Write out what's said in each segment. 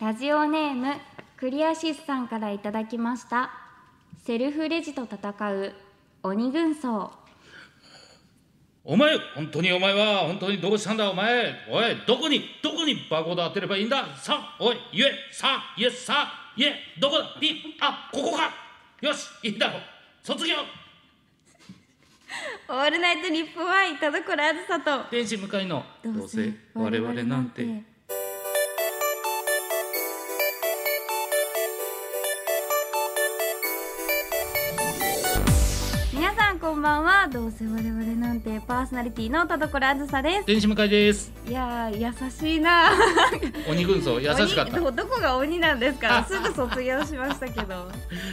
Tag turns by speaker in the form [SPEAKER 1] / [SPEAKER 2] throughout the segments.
[SPEAKER 1] ラジオネームクリアシスさんからいただきましたセルフレジと戦う鬼軍曹
[SPEAKER 2] お前本当にお前は本当にどうしたんだお前おいどこにどこにバーコード当てればいいんださあおい言えさあ言えさあ言えどこだピッあここかよしいいだろう卒業
[SPEAKER 3] オールナイトニッポンワイン田所あずさと
[SPEAKER 2] 天使向かいのどうせ我々なんて
[SPEAKER 3] 皆さんこんばんはどうせ我々なんてパーソナリティの田所あずさで
[SPEAKER 2] 天使向かいです
[SPEAKER 3] すいやー優しいな
[SPEAKER 2] 鬼軍曹優しかっ
[SPEAKER 3] 鬼ど
[SPEAKER 2] た
[SPEAKER 3] どこが鬼なんですかすぐ卒業しましたけ ど、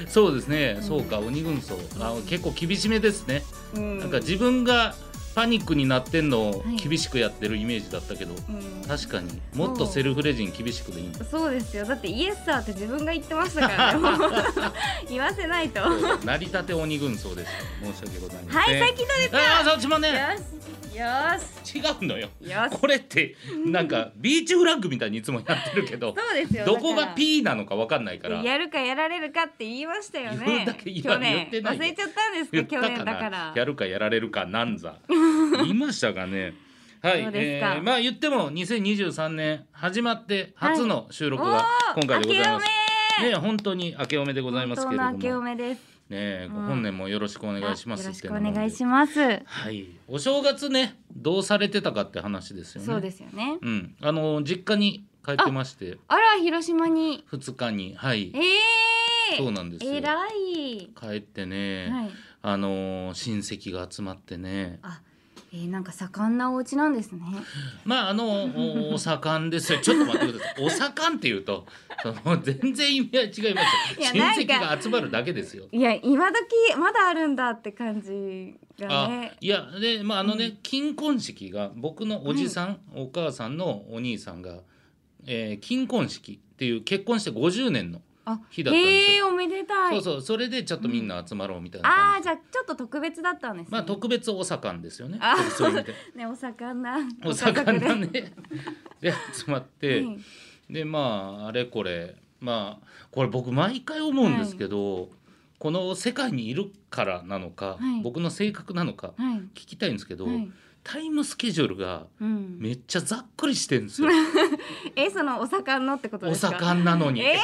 [SPEAKER 2] そうですねそうか鬼軍曹あ結構厳しめですね
[SPEAKER 3] うん、
[SPEAKER 2] なんか自分がパニックになってんのを
[SPEAKER 3] はい
[SPEAKER 2] 厳しくやってるイメージだったけど、
[SPEAKER 3] うん
[SPEAKER 2] 確かにもっとセルフレジに厳しくでいいんだ
[SPEAKER 3] そうですよだってイエスサーって自分が言ってました からねもう 言わせないとは
[SPEAKER 2] 成り立て鬼軍曹ですから申し訳ございません
[SPEAKER 3] い最近のです
[SPEAKER 2] ああそっちもね
[SPEAKER 3] よ
[SPEAKER 2] 違うのよ
[SPEAKER 3] しよしよし
[SPEAKER 2] これってなんかビーチフラッグみたいにいつもやってるけど
[SPEAKER 3] そうですよ
[SPEAKER 2] どこ
[SPEAKER 3] だから
[SPEAKER 2] が P なのかわかんないから
[SPEAKER 3] やるかやられるかって言いましたよね
[SPEAKER 2] 言うだけ言わ
[SPEAKER 3] 去年
[SPEAKER 2] 言ってない
[SPEAKER 3] 忘
[SPEAKER 2] よ
[SPEAKER 3] れちゃったんですか去年だから
[SPEAKER 2] やるかやられるかな んざ言いましたがねはい、
[SPEAKER 3] そ
[SPEAKER 2] え
[SPEAKER 3] うですか
[SPEAKER 2] ーまあ言っても2023年始まって初の収録が今回でございます、ね本当に明けおめでございますけれども
[SPEAKER 3] 本当の明けお
[SPEAKER 2] ね
[SPEAKER 3] めです
[SPEAKER 2] え
[SPEAKER 3] うん
[SPEAKER 2] ご本年もよろしくお願いします
[SPEAKER 3] よろ
[SPEAKER 2] っ
[SPEAKER 3] してくお
[SPEAKER 2] なので
[SPEAKER 3] 願いします
[SPEAKER 2] はいお正月ねどうされてたかって話ですよね
[SPEAKER 3] そうですよね
[SPEAKER 2] うんあの実家に帰ってまして
[SPEAKER 3] あら広島に
[SPEAKER 2] 2日にはい
[SPEAKER 3] え
[SPEAKER 2] そ
[SPEAKER 3] ー
[SPEAKER 2] うなんですよ
[SPEAKER 3] えらい
[SPEAKER 2] 帰ってね、
[SPEAKER 3] はい
[SPEAKER 2] あの親戚が集まってね
[SPEAKER 3] あえーなんか盛んなお家なんですね
[SPEAKER 2] まああのおお盛んですよちょっと待ってくださいお盛んっていうとその全然意味は違いますよ
[SPEAKER 3] いやなんか
[SPEAKER 2] 親戚が集まるだけですよ
[SPEAKER 3] いや今時まだあるんだって感じが
[SPEAKER 2] あ
[SPEAKER 3] ね
[SPEAKER 2] いやでまああのね、金婚式が僕のおじさん、お母さんのお兄さんが、えー金婚式っていう結婚して50年の、
[SPEAKER 3] あ
[SPEAKER 2] 日だったんですよ
[SPEAKER 3] へえおめでたい
[SPEAKER 2] そうそうそれでちょっとみんな集まろうみたいな
[SPEAKER 3] あ
[SPEAKER 2] 感
[SPEAKER 3] ー
[SPEAKER 2] じ
[SPEAKER 3] じゃあちょっと特別だったんですね
[SPEAKER 2] まあ特別お盛んですよね
[SPEAKER 3] あ
[SPEAKER 2] そういう意味 で
[SPEAKER 3] ねお盛んな
[SPEAKER 2] お
[SPEAKER 3] ご家
[SPEAKER 2] 盛ん
[SPEAKER 3] 族
[SPEAKER 2] なね で集まって、
[SPEAKER 3] はい
[SPEAKER 2] でまああれこれまあこれ僕毎回思うんですけど、この世界にいるからなのか、
[SPEAKER 3] はい
[SPEAKER 2] 僕の性格なのか
[SPEAKER 3] はい
[SPEAKER 2] 聞きたいんですけど、
[SPEAKER 3] はい
[SPEAKER 2] タイムスケジュールが
[SPEAKER 3] うん、
[SPEAKER 2] めっちゃざっくりしてるん ですよ
[SPEAKER 3] えそのお盛んのってこと
[SPEAKER 2] お
[SPEAKER 3] ですか
[SPEAKER 2] 盛んなのに。
[SPEAKER 3] え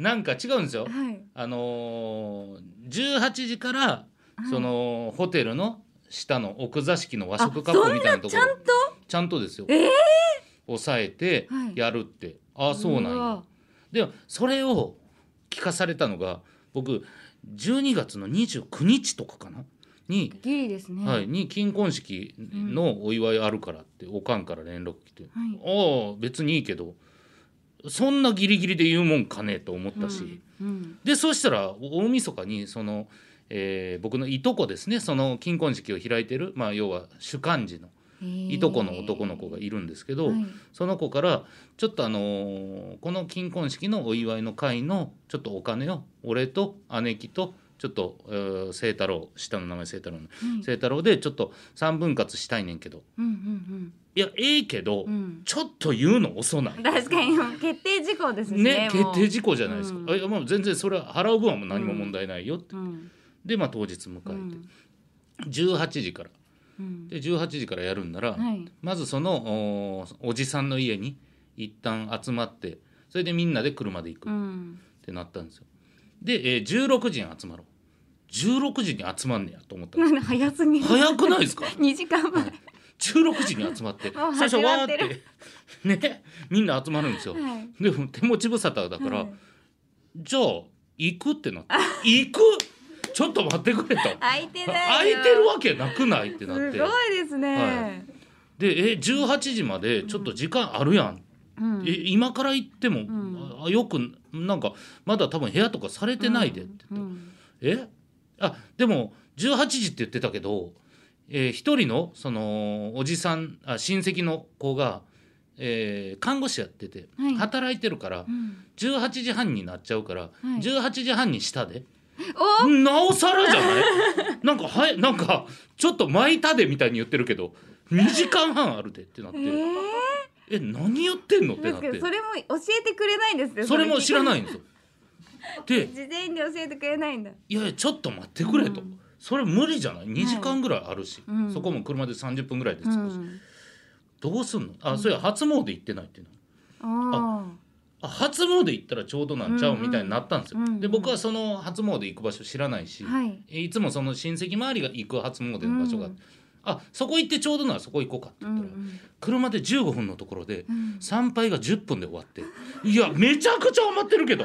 [SPEAKER 2] なんか違うんですよ。
[SPEAKER 3] はい
[SPEAKER 2] あのー、18時からそのホテルの下の奥座敷の和食カップみたいなところ
[SPEAKER 3] ちゃんと
[SPEAKER 2] ちゃんとですよ、
[SPEAKER 3] えー
[SPEAKER 2] 抑えて
[SPEAKER 3] はい
[SPEAKER 2] やるって、ああそうなん
[SPEAKER 3] う
[SPEAKER 2] や
[SPEAKER 3] わ
[SPEAKER 2] でそれを聞かされたのが僕12月の29日とかかなに、
[SPEAKER 3] ギリですね
[SPEAKER 2] はい、に金婚式のお祝いあるからって、おかんから連絡来て、
[SPEAKER 3] はい
[SPEAKER 2] ああ別にいいけどそんなギリギリで言うもんかねえと思ったし、
[SPEAKER 3] うん
[SPEAKER 2] でそうしたら大晦日にその、えー僕のいとこですねその金婚式を開いてる、まあ、要は主幹事の
[SPEAKER 3] うん
[SPEAKER 2] いとこの男の子がいるんですけど、
[SPEAKER 3] はい
[SPEAKER 2] その子から「ちょっとあのーこの金婚式のお祝いの会のちょっとお金を俺と姉貴とちょっとえー清太郎下の名前清太郎の
[SPEAKER 3] うん
[SPEAKER 2] 清太郎でちょっと3分割したいねんけど
[SPEAKER 3] うん
[SPEAKER 2] いやええけど、
[SPEAKER 3] うんうん
[SPEAKER 2] ちょっと言うの遅ない
[SPEAKER 3] うん」確かにもう決定事項ですし
[SPEAKER 2] ね
[SPEAKER 3] ね
[SPEAKER 2] 決定事項じゃないですか、
[SPEAKER 3] うん
[SPEAKER 2] あいやもう全然それは払う分はもう何も問題ないよって、
[SPEAKER 3] 項うん
[SPEAKER 2] でまあ当日迎
[SPEAKER 3] う
[SPEAKER 2] え
[SPEAKER 3] ん
[SPEAKER 2] て、18時から
[SPEAKER 3] うん
[SPEAKER 2] で18時からやるんなら、
[SPEAKER 3] はい
[SPEAKER 2] まずそのおおじさんの家に一旦集まってそれでみんなで車で行く
[SPEAKER 3] う
[SPEAKER 2] っ
[SPEAKER 3] ん
[SPEAKER 2] てなったんですよ。で、えー16時に集まろう16時に集まんねやと思ったんで
[SPEAKER 3] なんで早すぎ
[SPEAKER 2] す早くないですか
[SPEAKER 3] 二時間前
[SPEAKER 2] 16時に集ま って
[SPEAKER 3] もう
[SPEAKER 2] 最初
[SPEAKER 3] 始ま
[SPEAKER 2] わー
[SPEAKER 3] っ
[SPEAKER 2] って
[SPEAKER 3] る
[SPEAKER 2] て ねみんな集まるんですよ。
[SPEAKER 3] はい
[SPEAKER 2] でも手持ち無沙汰だから、
[SPEAKER 3] はい
[SPEAKER 2] じゃあ行くってなって「行くちょっと待ってくれ」と。
[SPEAKER 3] 空いてない
[SPEAKER 2] 空
[SPEAKER 3] よ
[SPEAKER 2] いてるわけなくないってなっ
[SPEAKER 3] す
[SPEAKER 2] て
[SPEAKER 3] ごいですね
[SPEAKER 2] でえ18時までちょっと時間あるやん、
[SPEAKER 3] うん
[SPEAKER 2] え今から行っても、
[SPEAKER 3] ん
[SPEAKER 2] あよくなんかまだ多分部屋とかされてないでって
[SPEAKER 3] う
[SPEAKER 2] 言っ
[SPEAKER 3] ん
[SPEAKER 2] て、えあでも18時って言ってたけど、えー一人のそのおじさんあ親戚の子が、えー看護師やってて、
[SPEAKER 3] はい
[SPEAKER 2] 働いてるから
[SPEAKER 3] うん
[SPEAKER 2] 18時半になっちゃうから、
[SPEAKER 3] はい
[SPEAKER 2] 18時半にしたで。
[SPEAKER 3] お
[SPEAKER 2] なおさらじゃ ないなんかはいなんかちょっと巻いたでみたいに言ってるけど2時間半あるでってなって、
[SPEAKER 3] えー
[SPEAKER 2] え何やってんのっ
[SPEAKER 3] な
[SPEAKER 2] てなんっ
[SPEAKER 3] か
[SPEAKER 2] て
[SPEAKER 3] それも教えてくれないんですよ
[SPEAKER 2] それも知ら
[SPEAKER 3] い
[SPEAKER 2] ないんですよ。で
[SPEAKER 3] 事前に教えてくれないんだ
[SPEAKER 2] いやいやちょっと待ってくれと、
[SPEAKER 3] うん
[SPEAKER 2] それ無理じゃない2時間ぐらいあるし、
[SPEAKER 3] うん
[SPEAKER 2] そこも車で30分ぐらいで
[SPEAKER 3] う
[SPEAKER 2] 着くし、
[SPEAKER 3] ん
[SPEAKER 2] どうすんのあそういや初詣行ってないっていうの
[SPEAKER 3] あ
[SPEAKER 2] あ初詣行ったらちょうどなんちゃうみたいになったんですよ、
[SPEAKER 3] うんうん
[SPEAKER 2] で僕はその初詣行く場所知らないし、
[SPEAKER 3] あはい
[SPEAKER 2] いつもその親戚周りが行く初詣の場所があって、あそこ行ってちょうどならそこ行こうかって
[SPEAKER 3] う
[SPEAKER 2] 言
[SPEAKER 3] ん
[SPEAKER 2] ったら、車で15分のところで
[SPEAKER 3] うん
[SPEAKER 2] 参拝が10分で終わっていやめちゃくちゃ余ってるけど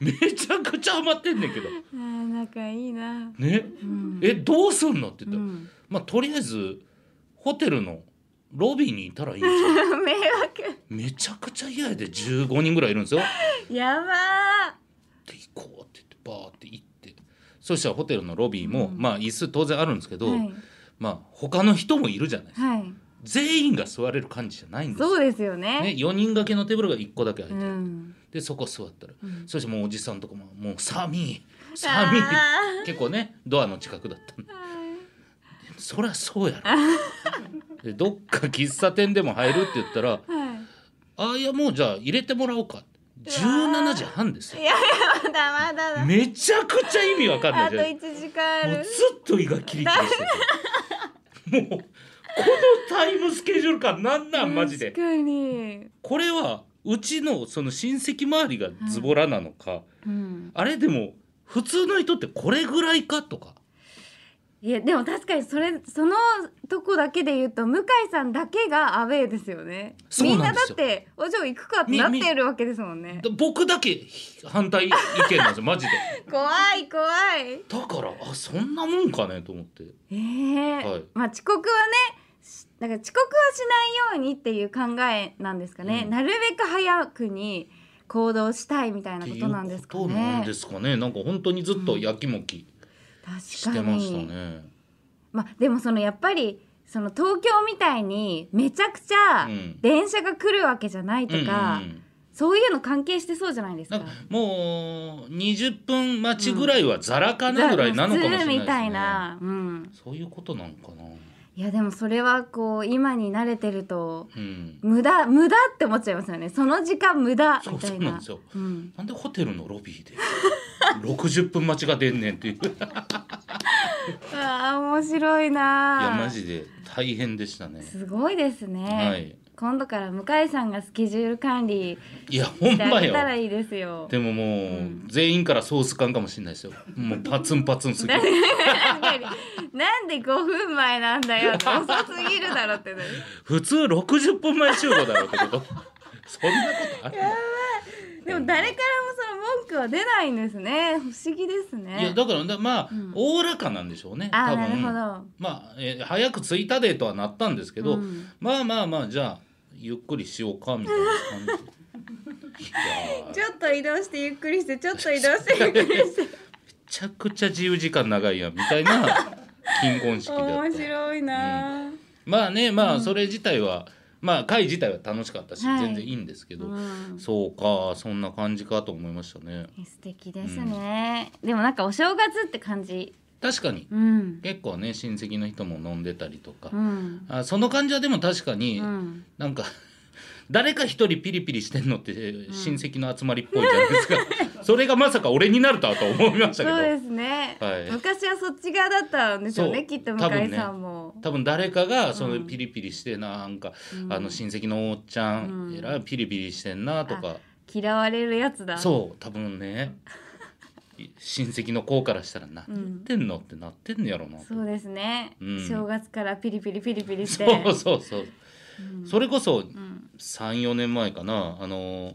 [SPEAKER 2] めちゃくちゃ余ってんねんけど
[SPEAKER 3] うんあー仲いいな
[SPEAKER 2] ね
[SPEAKER 3] うん
[SPEAKER 2] えどうすんのって
[SPEAKER 3] う
[SPEAKER 2] 言ったら、
[SPEAKER 3] ん
[SPEAKER 2] まあとりあえずホテルのロビーにいたらいいんじゃ ん
[SPEAKER 3] 迷惑
[SPEAKER 2] めちゃくちゃ嫌やで15人ぐらいいるんですよ。
[SPEAKER 3] やば
[SPEAKER 2] で行こうって言ってバーって行ってそしたらホテルのロビーも、
[SPEAKER 3] うん
[SPEAKER 2] まあ椅子当然あるんですけ
[SPEAKER 3] ー
[SPEAKER 2] ど、
[SPEAKER 3] はい
[SPEAKER 2] まあ他の人もいるじゃない
[SPEAKER 3] はい
[SPEAKER 2] 全員が座れる感じじゃないんですよ、
[SPEAKER 3] そうですよ
[SPEAKER 2] ね、
[SPEAKER 3] ね
[SPEAKER 2] 4人掛けのテーブルが1個だけ空
[SPEAKER 3] う
[SPEAKER 2] いてる、
[SPEAKER 3] ん
[SPEAKER 2] でそこ座ったら、
[SPEAKER 3] うん
[SPEAKER 2] そしてもうおじさんとかも「もう寒い寒い」
[SPEAKER 3] あ
[SPEAKER 2] 結構ねドアの近くだったんで
[SPEAKER 3] ーはい
[SPEAKER 2] そりゃそうや ろでどっか喫茶店でも入るって言ったら
[SPEAKER 3] はい
[SPEAKER 2] 「あいやもうじゃあ入れてもらおうか」17時半ですよ
[SPEAKER 3] いやまだまだだ
[SPEAKER 2] めちゃくちゃ意味わかんない
[SPEAKER 3] あと
[SPEAKER 2] じゃない
[SPEAKER 3] 1時間あ
[SPEAKER 2] もう
[SPEAKER 3] る
[SPEAKER 2] ずっと胃がキリキリ しててもうこのタイムスケジュール感なんなんマジで
[SPEAKER 3] 確かに
[SPEAKER 2] これはうちのその親戚周りがズボラなのか、
[SPEAKER 3] うん
[SPEAKER 2] あれでも普通の人ってこれぐらいかとか
[SPEAKER 3] いやでも確かにそれそのとこだけで言うと向井さんだけがアウェーですよね
[SPEAKER 2] そう
[SPEAKER 3] みん
[SPEAKER 2] な
[SPEAKER 3] なんだ
[SPEAKER 2] です
[SPEAKER 3] っ
[SPEAKER 2] よ
[SPEAKER 3] てお嬢行くかってなってるわけですもんね
[SPEAKER 2] 僕だけ反対意見なんで すよマジで
[SPEAKER 3] 怖い怖い
[SPEAKER 2] だからあそんなもんかねと思って
[SPEAKER 3] えー
[SPEAKER 2] はい
[SPEAKER 3] まあ遅刻はねしなんか遅刻はしないようにっていう考えなんですかね、
[SPEAKER 2] うん
[SPEAKER 3] なるべく早くに行動したいみたいな
[SPEAKER 2] って
[SPEAKER 3] こ
[SPEAKER 2] い
[SPEAKER 3] となんで
[SPEAKER 2] う
[SPEAKER 3] す
[SPEAKER 2] こ
[SPEAKER 3] か
[SPEAKER 2] となん
[SPEAKER 3] ね
[SPEAKER 2] ですかねなんか本当にずっとやきもきし
[SPEAKER 3] 確か
[SPEAKER 2] てました
[SPEAKER 3] に
[SPEAKER 2] ね、
[SPEAKER 3] まあでもそのやっぱりその東京みたいにめちゃくちゃ
[SPEAKER 2] うん
[SPEAKER 3] 電車が来るわけじゃないとか、
[SPEAKER 2] うんうんうん
[SPEAKER 3] そういうの関係してそうじゃないです
[SPEAKER 2] な
[SPEAKER 3] か。
[SPEAKER 2] んかもう20分待ちぐらいはザラかなぐらいなのかもしれないですね、
[SPEAKER 3] 普通みたいな、うん、
[SPEAKER 2] そういうことなんかな、
[SPEAKER 3] いやでもそれはこう今に慣れてると
[SPEAKER 2] うん、
[SPEAKER 3] 無駄無駄って思っちゃいますよね。その時間無駄
[SPEAKER 2] そう
[SPEAKER 3] みたい
[SPEAKER 2] そうなん
[SPEAKER 3] な。
[SPEAKER 2] ですよ
[SPEAKER 3] うん
[SPEAKER 2] なんでホテルのロ ビーで60分待ちが出んねんっていういや
[SPEAKER 3] ああ面白いな。
[SPEAKER 2] マジで大変でしたね
[SPEAKER 3] すごいですね。
[SPEAKER 2] はい
[SPEAKER 3] 今度から向井さんがスケジュール管理
[SPEAKER 2] いやほ
[SPEAKER 3] し
[SPEAKER 2] ん
[SPEAKER 3] てあ
[SPEAKER 2] ま
[SPEAKER 3] げ
[SPEAKER 2] よ
[SPEAKER 3] たらいいですよ。
[SPEAKER 2] でももう、
[SPEAKER 3] ん
[SPEAKER 2] 全員からソース感かもしれないですよもうパツンパツンすぎ
[SPEAKER 3] 確
[SPEAKER 2] る
[SPEAKER 3] かに なんで5分前なんだよって遅すぎるだろってなる
[SPEAKER 2] 普通60分前集合だろうってこと そんなことある
[SPEAKER 3] でも誰からもその文句は出ないんですね不思議です
[SPEAKER 2] いや
[SPEAKER 3] ね
[SPEAKER 2] だからだまあ
[SPEAKER 3] うん
[SPEAKER 2] おお、らかなんでしょうね
[SPEAKER 3] あ
[SPEAKER 2] 多
[SPEAKER 3] ー
[SPEAKER 2] 分
[SPEAKER 3] なるほど
[SPEAKER 2] まあ、えー早く着いたでとはなったんですけど、
[SPEAKER 3] うん
[SPEAKER 2] まあまあまあじゃあゆっくりしようかみたいな感じいやーめ
[SPEAKER 3] ちょっと移動してゆっくりしてちょっと移動してゆっくり して
[SPEAKER 2] ちゃくちゃ自由時間長いやんみた いな金婚式だった
[SPEAKER 3] 面白いなあ、
[SPEAKER 2] まあねまあそれ自体は、まあ会自体は楽しかったし、
[SPEAKER 3] はい
[SPEAKER 2] 全然いいんですけ
[SPEAKER 3] う
[SPEAKER 2] ど、
[SPEAKER 3] ん
[SPEAKER 2] そうかそんな感じかと思いましたね
[SPEAKER 3] 素敵ですね、でもなんかお正月って感じ
[SPEAKER 2] 確かに
[SPEAKER 3] うん
[SPEAKER 2] 結構ね親戚の人も飲んでたりとか、
[SPEAKER 3] うん
[SPEAKER 2] あその感じはでも確かに、
[SPEAKER 3] うん
[SPEAKER 2] なんか 誰か一人ピリピリしてんのって親戚の集まりっぽいじゃないですか、それがまさか俺になるとはとは思いましたけど
[SPEAKER 3] そうですね、
[SPEAKER 2] はい
[SPEAKER 3] 昔はそっち側だったんですよね
[SPEAKER 2] そう
[SPEAKER 3] きっと
[SPEAKER 2] 多
[SPEAKER 3] 向
[SPEAKER 2] 分
[SPEAKER 3] 井
[SPEAKER 2] ね
[SPEAKER 3] さんも、
[SPEAKER 2] 多分誰かがそうの
[SPEAKER 3] ん
[SPEAKER 2] ピリピリしてなんか、
[SPEAKER 3] うん
[SPEAKER 2] あの親戚のおっちゃん、
[SPEAKER 3] うん
[SPEAKER 2] えらいピリピリしてんなとか
[SPEAKER 3] 嫌われるやつだ
[SPEAKER 2] そう多分ねい親戚の子からしたら何言ってんのってなってんのやろなと
[SPEAKER 3] そうですね、
[SPEAKER 2] うん
[SPEAKER 3] 正月からピリピリピリピリして
[SPEAKER 2] そうそうそう、
[SPEAKER 3] うん
[SPEAKER 2] それこそ
[SPEAKER 3] うん
[SPEAKER 2] 34年前かなあの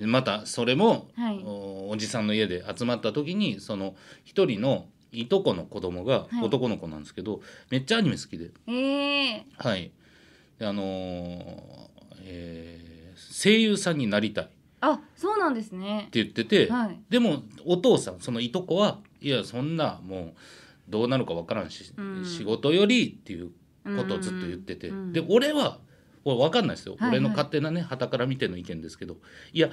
[SPEAKER 2] ーまたそれも、
[SPEAKER 3] はい
[SPEAKER 2] おおじさんの家で集まった時にその一人のいとこの子供が
[SPEAKER 3] はい
[SPEAKER 2] 男の子なんですけど、めっちゃアニメ好きで
[SPEAKER 3] ええ
[SPEAKER 2] はいであのーえー声優さんになりたいって
[SPEAKER 3] あそうなんですね
[SPEAKER 2] 言ってて、
[SPEAKER 3] はい
[SPEAKER 2] でもお父さんそのいとこはいやそんなもうどうなるかわからんし、
[SPEAKER 3] うん
[SPEAKER 2] 仕事よりっていうことをずっと言ってて、
[SPEAKER 3] うんうんうん
[SPEAKER 2] で俺は俺分かんないですよ、
[SPEAKER 3] はいはい
[SPEAKER 2] 俺の勝手なね傍から見ての意見ですけどいや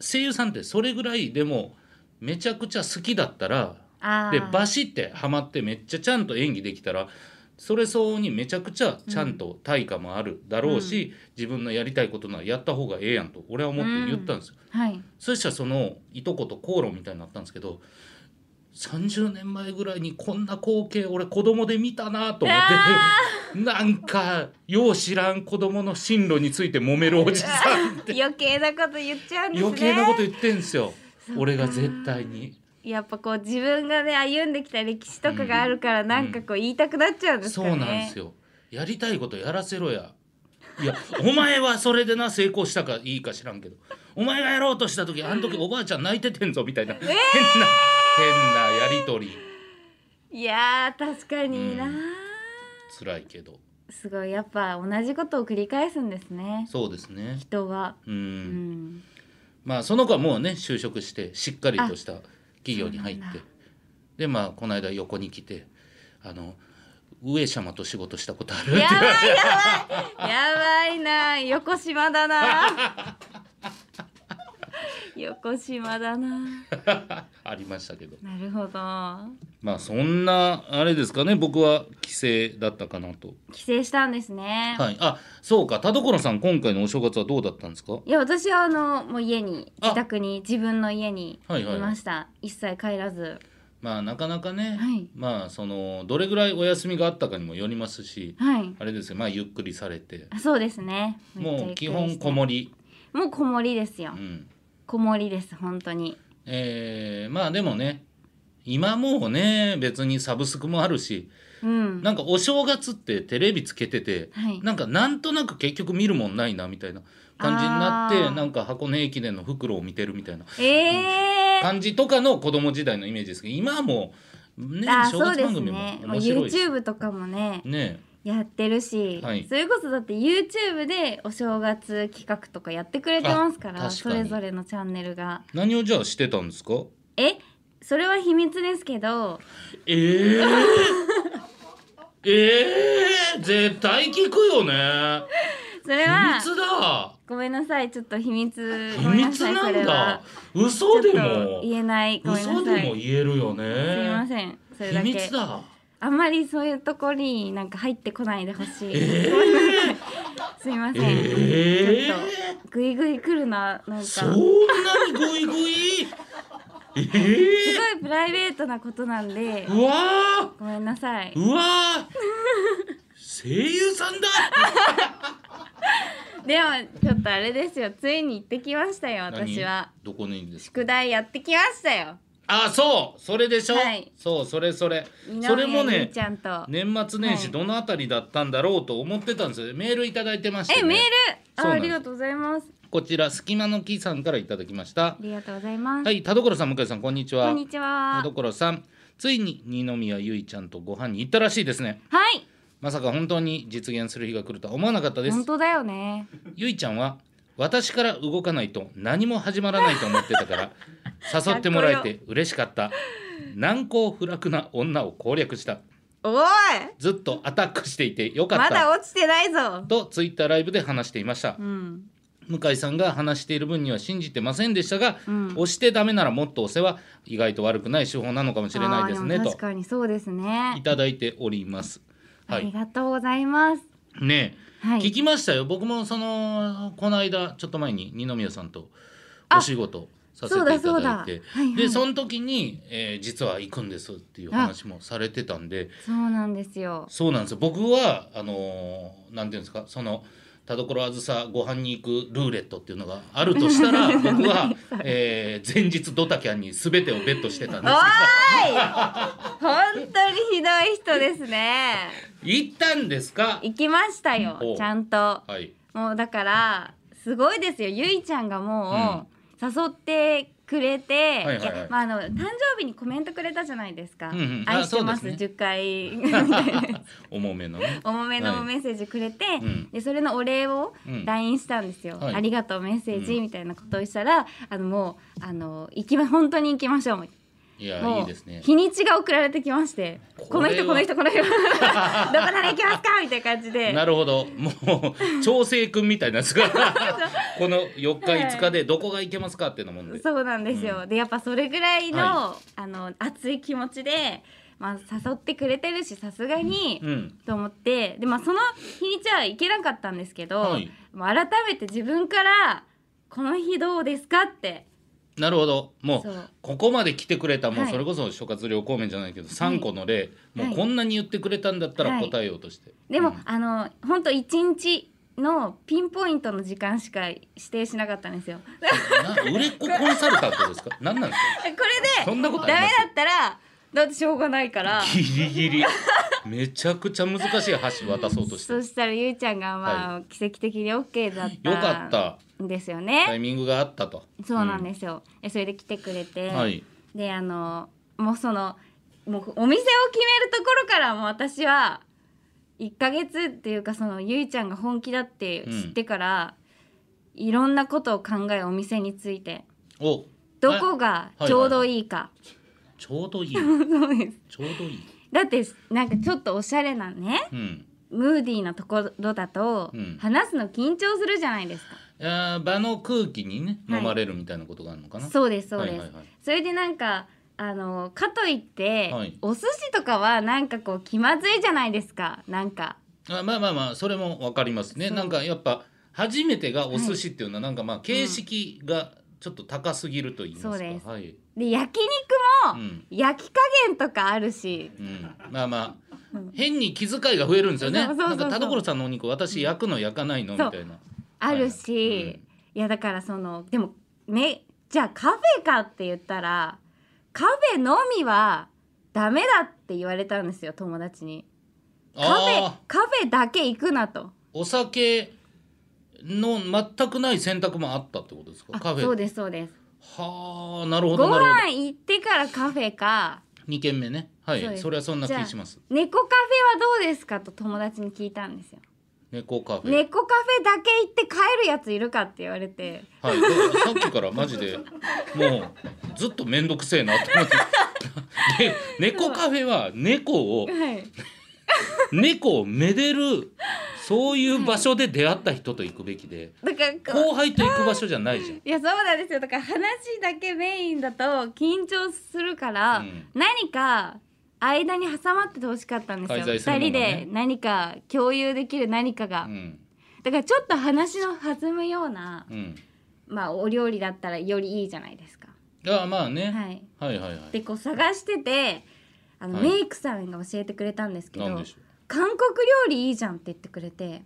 [SPEAKER 2] 声優さんってそれぐらいでもめちゃくちゃ好きだったら
[SPEAKER 3] あー
[SPEAKER 2] でバシってハマってめっちゃちゃんと演技できたらそれ相応にめちゃくちゃちゃんと対価もあるだろうし、自分のやりたいことならやった方がええやんと俺は思って言ったんですよ、
[SPEAKER 3] はい
[SPEAKER 2] そしたらそのいとこと口論みたいになったんですけど30年前ぐらいにこんな光景俺子供で見たなと思ってなんかよう知らん子供の進路について揉めるお じさんって
[SPEAKER 3] 余計なこと言っちゃうんですね
[SPEAKER 2] 余計なこと言ってんすよ俺が絶対に。
[SPEAKER 3] やっぱこう自分がね歩んできた歴史とかがあるからなんかこう言いたくなっちゃうんです
[SPEAKER 2] そ
[SPEAKER 3] かね、
[SPEAKER 2] うなんですよやりたいことやらせろやいやお前はそれでな成功したかいいか知らんけどお前がやろうとした時あの時おばあちゃん泣いててんぞみたいな、変な変なやり取り
[SPEAKER 3] いやー確かにな、
[SPEAKER 2] うん辛いけど
[SPEAKER 3] すごいやっぱ同じことを繰り返すんですね
[SPEAKER 2] そうですね
[SPEAKER 3] 人は、
[SPEAKER 2] うん、
[SPEAKER 3] うん、
[SPEAKER 2] まあその子はもうね就職してしっかりとした企業に入っ
[SPEAKER 3] そうなん
[SPEAKER 2] て
[SPEAKER 3] だ
[SPEAKER 2] でまあこの間横に来てあの上様と仕事したことあるって
[SPEAKER 3] やばいやばいやばいな横島だな 横島だな
[SPEAKER 2] ありましたけど
[SPEAKER 3] なるほど
[SPEAKER 2] まあそんなあれですかね僕は帰省だったかなと
[SPEAKER 3] 帰省したんですね、
[SPEAKER 2] はい、あそうか田所さん今回のお正月はどうだったんですか
[SPEAKER 3] いや私はあのもう家に
[SPEAKER 2] あ
[SPEAKER 3] 自宅に自分の家に
[SPEAKER 2] はい
[SPEAKER 3] い
[SPEAKER 2] はいはい
[SPEAKER 3] ました、一切帰らず
[SPEAKER 2] まあなかなかね、
[SPEAKER 3] はい
[SPEAKER 2] まあそのどれぐらいお休みがあったかにもよりますし
[SPEAKER 3] はい
[SPEAKER 2] あれですよまあゆっくりされて
[SPEAKER 3] あそうですねめっちゃ
[SPEAKER 2] も
[SPEAKER 3] ゆ
[SPEAKER 2] う
[SPEAKER 3] っくり
[SPEAKER 2] 基本
[SPEAKER 3] して
[SPEAKER 2] こもり、
[SPEAKER 3] もうこもりですよ
[SPEAKER 2] うん
[SPEAKER 3] こもりです本当に
[SPEAKER 2] えーまあでもね今もうね別にサブスクもあるし
[SPEAKER 3] うん
[SPEAKER 2] なんかお正月ってテレビつけてて
[SPEAKER 3] はい
[SPEAKER 2] なんかなんとなく結局見るもんないなみたいな感じになっ
[SPEAKER 3] あ
[SPEAKER 2] て
[SPEAKER 3] ー
[SPEAKER 2] なんか箱根駅伝の袋を見てるみたいな
[SPEAKER 3] えー
[SPEAKER 2] 感じとかの子供時代のイメージですけど今はもうね
[SPEAKER 3] あそ
[SPEAKER 2] 正
[SPEAKER 3] う
[SPEAKER 2] 月
[SPEAKER 3] で
[SPEAKER 2] 番
[SPEAKER 3] す
[SPEAKER 2] 組も
[SPEAKER 3] ねもう
[SPEAKER 2] 面白いし
[SPEAKER 3] YouTube とかもね
[SPEAKER 2] ね
[SPEAKER 3] やってるし、
[SPEAKER 2] はい
[SPEAKER 3] それこそだって YouTube でお正月企画とかやってくれてますから
[SPEAKER 2] あ確
[SPEAKER 3] そ
[SPEAKER 2] かに
[SPEAKER 3] れぞれのチャンネルが
[SPEAKER 2] 何をじゃあしてたんですか
[SPEAKER 3] えそれは秘密ですけど
[SPEAKER 2] えー、えー、絶対聞くよね
[SPEAKER 3] それ
[SPEAKER 2] 秘
[SPEAKER 3] は
[SPEAKER 2] 密だ
[SPEAKER 3] ごめんなさいちょっと秘密
[SPEAKER 2] 秘
[SPEAKER 3] ごめんな
[SPEAKER 2] 密
[SPEAKER 3] さい
[SPEAKER 2] な
[SPEAKER 3] そ
[SPEAKER 2] ん
[SPEAKER 3] れ
[SPEAKER 2] だ
[SPEAKER 3] は
[SPEAKER 2] 嘘で
[SPEAKER 3] ちょっと
[SPEAKER 2] も
[SPEAKER 3] 言えないごめんな
[SPEAKER 2] 嘘
[SPEAKER 3] さ
[SPEAKER 2] で
[SPEAKER 3] い
[SPEAKER 2] も言えるよ
[SPEAKER 3] すいま
[SPEAKER 2] ね
[SPEAKER 3] せんそれだ
[SPEAKER 2] 秘
[SPEAKER 3] け
[SPEAKER 2] 密だ
[SPEAKER 3] あんまりそういうところになんか入ってこないでほしい、
[SPEAKER 2] え
[SPEAKER 3] すいませ
[SPEAKER 2] ー、
[SPEAKER 3] ん、
[SPEAKER 2] え
[SPEAKER 3] ちょっとグイグイ来るななんか
[SPEAKER 2] ー、
[SPEAKER 3] す
[SPEAKER 2] そん
[SPEAKER 3] ご
[SPEAKER 2] ないにグイグイえー、
[SPEAKER 3] プライベートなことなんで
[SPEAKER 2] うわー
[SPEAKER 3] ごめんなさいう
[SPEAKER 2] わー声優さんだ
[SPEAKER 3] でもちょっとあれですよついに行ってきましたよ私は
[SPEAKER 2] 何どこにですか
[SPEAKER 3] 宿題やってきましたよ
[SPEAKER 2] あそうそれでしょ、
[SPEAKER 3] はい
[SPEAKER 2] そうそれそれ
[SPEAKER 3] 井
[SPEAKER 2] それも
[SPEAKER 3] 上ゆ
[SPEAKER 2] ね
[SPEAKER 3] いちゃんと、
[SPEAKER 2] 年末年
[SPEAKER 3] は
[SPEAKER 2] 始
[SPEAKER 3] い
[SPEAKER 2] どのあたりだったんだろうと思ってたんですよメールいただいてまして、ね、
[SPEAKER 3] えメール
[SPEAKER 2] そう
[SPEAKER 3] ああ
[SPEAKER 2] なんです
[SPEAKER 3] りがとうございます
[SPEAKER 2] こちら隙間の木さんからいただきました
[SPEAKER 3] ありがとうございます、
[SPEAKER 2] はい田所さん向井さんこんにちは
[SPEAKER 3] こんにちは
[SPEAKER 2] 田所さんついに二宮ゆいちゃんとご飯に行ったらしいですね
[SPEAKER 3] はい
[SPEAKER 2] まさか本当に実現する日が来るとは思わなかったです
[SPEAKER 3] 本当だよね
[SPEAKER 2] ゆいちゃんは私から動かないと何も始まらないと思ってたから 誘ってもらえて嬉しかった難攻不落な女を攻略した
[SPEAKER 3] おい
[SPEAKER 2] ずっとアタックしていてよかっ
[SPEAKER 3] ま
[SPEAKER 2] た、
[SPEAKER 3] だ落ちてないぞ
[SPEAKER 2] とツイッターライブで話していました
[SPEAKER 3] うん
[SPEAKER 2] 向井さんが話している分には信じてませんでしたが、
[SPEAKER 3] うん
[SPEAKER 2] 押してダメならもっと押せは意外と悪くない手法なのかもしれないですね
[SPEAKER 3] あーも
[SPEAKER 2] と
[SPEAKER 3] 確かにそうです
[SPEAKER 2] い
[SPEAKER 3] ね
[SPEAKER 2] ただいておりますは
[SPEAKER 3] あり
[SPEAKER 2] い
[SPEAKER 3] がとうございます
[SPEAKER 2] ねえ
[SPEAKER 3] は
[SPEAKER 2] 聞
[SPEAKER 3] い
[SPEAKER 2] きましたよ僕もそのこの間ちょっと前に二宮さんとお仕事させていただいて
[SPEAKER 3] そうだそうだはいはい
[SPEAKER 2] でその時に、えー実は行くんですっていう話もされてたんで
[SPEAKER 3] そうなんですよ
[SPEAKER 2] そうなんですよ僕はあのーなんていうんですかその田所あずさご飯に行くルーレットっていうのがあるとし たら僕は、えー前日ドタキャンに全てをベットしてたん
[SPEAKER 3] お
[SPEAKER 2] で
[SPEAKER 3] ー
[SPEAKER 2] す
[SPEAKER 3] い本当にひどい人ですね
[SPEAKER 2] けど行ったんですか
[SPEAKER 3] 行きましたよ
[SPEAKER 2] お
[SPEAKER 3] ちゃんと
[SPEAKER 2] はい
[SPEAKER 3] もうだからすごいですよゆいちゃんがもう誘ってくれて、
[SPEAKER 2] はいはいはい
[SPEAKER 3] やまあ、あの誕生日にコメントくれたじゃないですか「
[SPEAKER 2] うんうんあ
[SPEAKER 3] 愛してます
[SPEAKER 2] そうです
[SPEAKER 3] 10回」 みたいな
[SPEAKER 2] 重めのね
[SPEAKER 3] 重め
[SPEAKER 2] は
[SPEAKER 3] の
[SPEAKER 2] い
[SPEAKER 3] メッセージくれて、
[SPEAKER 2] ん
[SPEAKER 3] でそれのお礼を
[SPEAKER 2] うん
[SPEAKER 3] LINE したんですよ「
[SPEAKER 2] はい
[SPEAKER 3] ありがとうメッセージ
[SPEAKER 2] う」
[SPEAKER 3] みたいなことをしたら、あのもうあの行きま本当に行きましょう
[SPEAKER 2] いや
[SPEAKER 3] もう
[SPEAKER 2] いいですね
[SPEAKER 3] 日にちが送られてきましてこ
[SPEAKER 2] こ
[SPEAKER 3] の
[SPEAKER 2] れは
[SPEAKER 3] 人この人こ の人どこなら行きますかみたいな感じで
[SPEAKER 2] なるほどもう調整君みたいなやつ がこの4日5日でどこがいけますかっていうのもんで
[SPEAKER 3] そうなんですよ、でやっぱそれぐらいの,、
[SPEAKER 2] は
[SPEAKER 3] あの熱い気持ちでまあ、誘ってくれてるしさすがに、
[SPEAKER 2] うん
[SPEAKER 3] と思ってで、まあ、その日にちは行けなかったんですけど、
[SPEAKER 2] はい
[SPEAKER 3] もう改めて自分から「この日どうですか?」って
[SPEAKER 2] なるほどもう
[SPEAKER 3] そう
[SPEAKER 2] ここまで来てくれたもう
[SPEAKER 3] はい
[SPEAKER 2] それこそ諸葛亮孔明じゃないけど3個の例、
[SPEAKER 3] はい
[SPEAKER 2] もうこんなに言ってくれたんだったら
[SPEAKER 3] はい
[SPEAKER 2] 答えようとして、
[SPEAKER 3] でも、
[SPEAKER 2] うん
[SPEAKER 3] あの本当一日のピンポイントの時間しか指定しなかったんですよ。こ
[SPEAKER 2] な売れっ子コンサルタントですか何なんですか
[SPEAKER 3] れで
[SPEAKER 2] そんなこと
[SPEAKER 3] ダ
[SPEAKER 2] あ
[SPEAKER 3] メ
[SPEAKER 2] り
[SPEAKER 3] だ
[SPEAKER 2] ます
[SPEAKER 3] ったらだってしょうがないから。
[SPEAKER 2] ギリギリめちゃくちゃ難しい橋渡そうとして
[SPEAKER 3] そしたらゆうちゃんがまあ、奇跡的に OK だった
[SPEAKER 2] よかった
[SPEAKER 3] んですよね。
[SPEAKER 2] タイミングがあったと、
[SPEAKER 3] そうなんですすよ。えそれで来てくれて、
[SPEAKER 2] はい
[SPEAKER 3] であのもうそのもうお店を決めるところからもう私は1ヶ月っていうかそのゆいちゃんが本気だって知ってから、いろんなことを考えお店について
[SPEAKER 2] お
[SPEAKER 3] どこ
[SPEAKER 2] あ
[SPEAKER 3] がちょうどいいか、
[SPEAKER 2] ちょうどい い
[SPEAKER 3] そうです
[SPEAKER 2] ちょうどいい
[SPEAKER 3] だってなんかちょっとおしゃれなね
[SPEAKER 2] うん
[SPEAKER 3] ムーディーなところだと、
[SPEAKER 2] うん
[SPEAKER 3] 話すの緊張するじゃないですか。
[SPEAKER 2] いやー場の空気にね
[SPEAKER 3] はい
[SPEAKER 2] 飲まれるみたいなことがあるのかな、
[SPEAKER 3] そうですそうです、
[SPEAKER 2] はいはいはい
[SPEAKER 3] それでなんかあのかといって、
[SPEAKER 2] はい
[SPEAKER 3] お寿司とかはなんかこう気まずいじゃないですかなんか
[SPEAKER 2] あまあまあまあそれもわかりますね
[SPEAKER 3] そう
[SPEAKER 2] なんかやっぱ初めてがお寿司っていうのはなんかまあ形式がちょっと高すぎると言いますか、
[SPEAKER 3] そうです
[SPEAKER 2] はい、
[SPEAKER 3] で焼肉
[SPEAKER 2] う
[SPEAKER 3] も
[SPEAKER 2] ん
[SPEAKER 3] 焼き加減とかあるし、
[SPEAKER 2] うん、まあまあ
[SPEAKER 3] うん
[SPEAKER 2] 変に気遣いが増えるんですよね
[SPEAKER 3] そうそうそう
[SPEAKER 2] な
[SPEAKER 3] そうん
[SPEAKER 2] か田所さんのお肉私焼くの焼かないのみ
[SPEAKER 3] そう
[SPEAKER 2] たいな
[SPEAKER 3] あるし、
[SPEAKER 2] はい
[SPEAKER 3] い
[SPEAKER 2] はいうん
[SPEAKER 3] やだからそのでもめじゃあカフェかって言ったらカフェのみはダメだって言われたんですよ友達にカフェ
[SPEAKER 2] あー
[SPEAKER 3] カフェだけ行くなと
[SPEAKER 2] お酒の全くない選択もあったってことですか
[SPEAKER 3] あ
[SPEAKER 2] カフ
[SPEAKER 3] そう
[SPEAKER 2] ェ
[SPEAKER 3] ですそうです
[SPEAKER 2] はあなるほ
[SPEAKER 3] ご
[SPEAKER 2] どなるほ
[SPEAKER 3] 飯行ってからカフェか
[SPEAKER 2] ど二軒目ねは
[SPEAKER 3] そうで
[SPEAKER 2] い
[SPEAKER 3] す
[SPEAKER 2] それはそんな気
[SPEAKER 3] じゃあ
[SPEAKER 2] します
[SPEAKER 3] 猫カフェはどうですかと友達に聞いたんですよ
[SPEAKER 2] 猫カフェ、
[SPEAKER 3] 猫カフェだけ行って帰るやついるかって言われて
[SPEAKER 2] はい、でさっきからマジでもうずっと面倒くせえなと思ってで猫カフェは猫を
[SPEAKER 3] はい
[SPEAKER 2] 猫をめでるそういう場所で出会った人と行くべきで
[SPEAKER 3] だからこ
[SPEAKER 2] 後輩と行く場所じゃないじゃん
[SPEAKER 3] ういやそうなんですよだから話だけメインだと緊張するから、
[SPEAKER 2] うん
[SPEAKER 3] 何か間に挟まっててほしかったんですよ
[SPEAKER 2] 介在するもの
[SPEAKER 3] 二人
[SPEAKER 2] がね
[SPEAKER 3] で何か共有できる何かが、
[SPEAKER 2] うん
[SPEAKER 3] だからちょっと話の弾むような
[SPEAKER 2] うん
[SPEAKER 3] まあお料理だったらよりいいじゃないですか
[SPEAKER 2] いやまあね、
[SPEAKER 3] はい
[SPEAKER 2] はい、はいはい
[SPEAKER 3] でこう探しててあの、
[SPEAKER 2] はい
[SPEAKER 3] メイクさんが教えてくれたんですけど
[SPEAKER 2] なんでしょう
[SPEAKER 3] 韓国料理いいじゃんって言ってくれて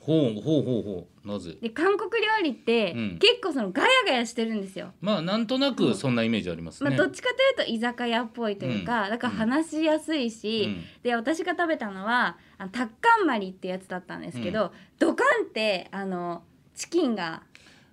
[SPEAKER 2] ほうほうほうほうなぜ
[SPEAKER 3] で韓国料理って、
[SPEAKER 2] うん
[SPEAKER 3] 結構そのガヤガヤしてるんですよ。
[SPEAKER 2] まあなんとなくそんなイメージあります
[SPEAKER 3] まあ、
[SPEAKER 2] ね、
[SPEAKER 3] どっちかというと居酒屋っぽいというか、
[SPEAKER 2] うん
[SPEAKER 3] だから話しやすいし、
[SPEAKER 2] うん
[SPEAKER 3] で私が食べたのはあのタッカンマリってやつだったんですけど、ドカンってあのチキンが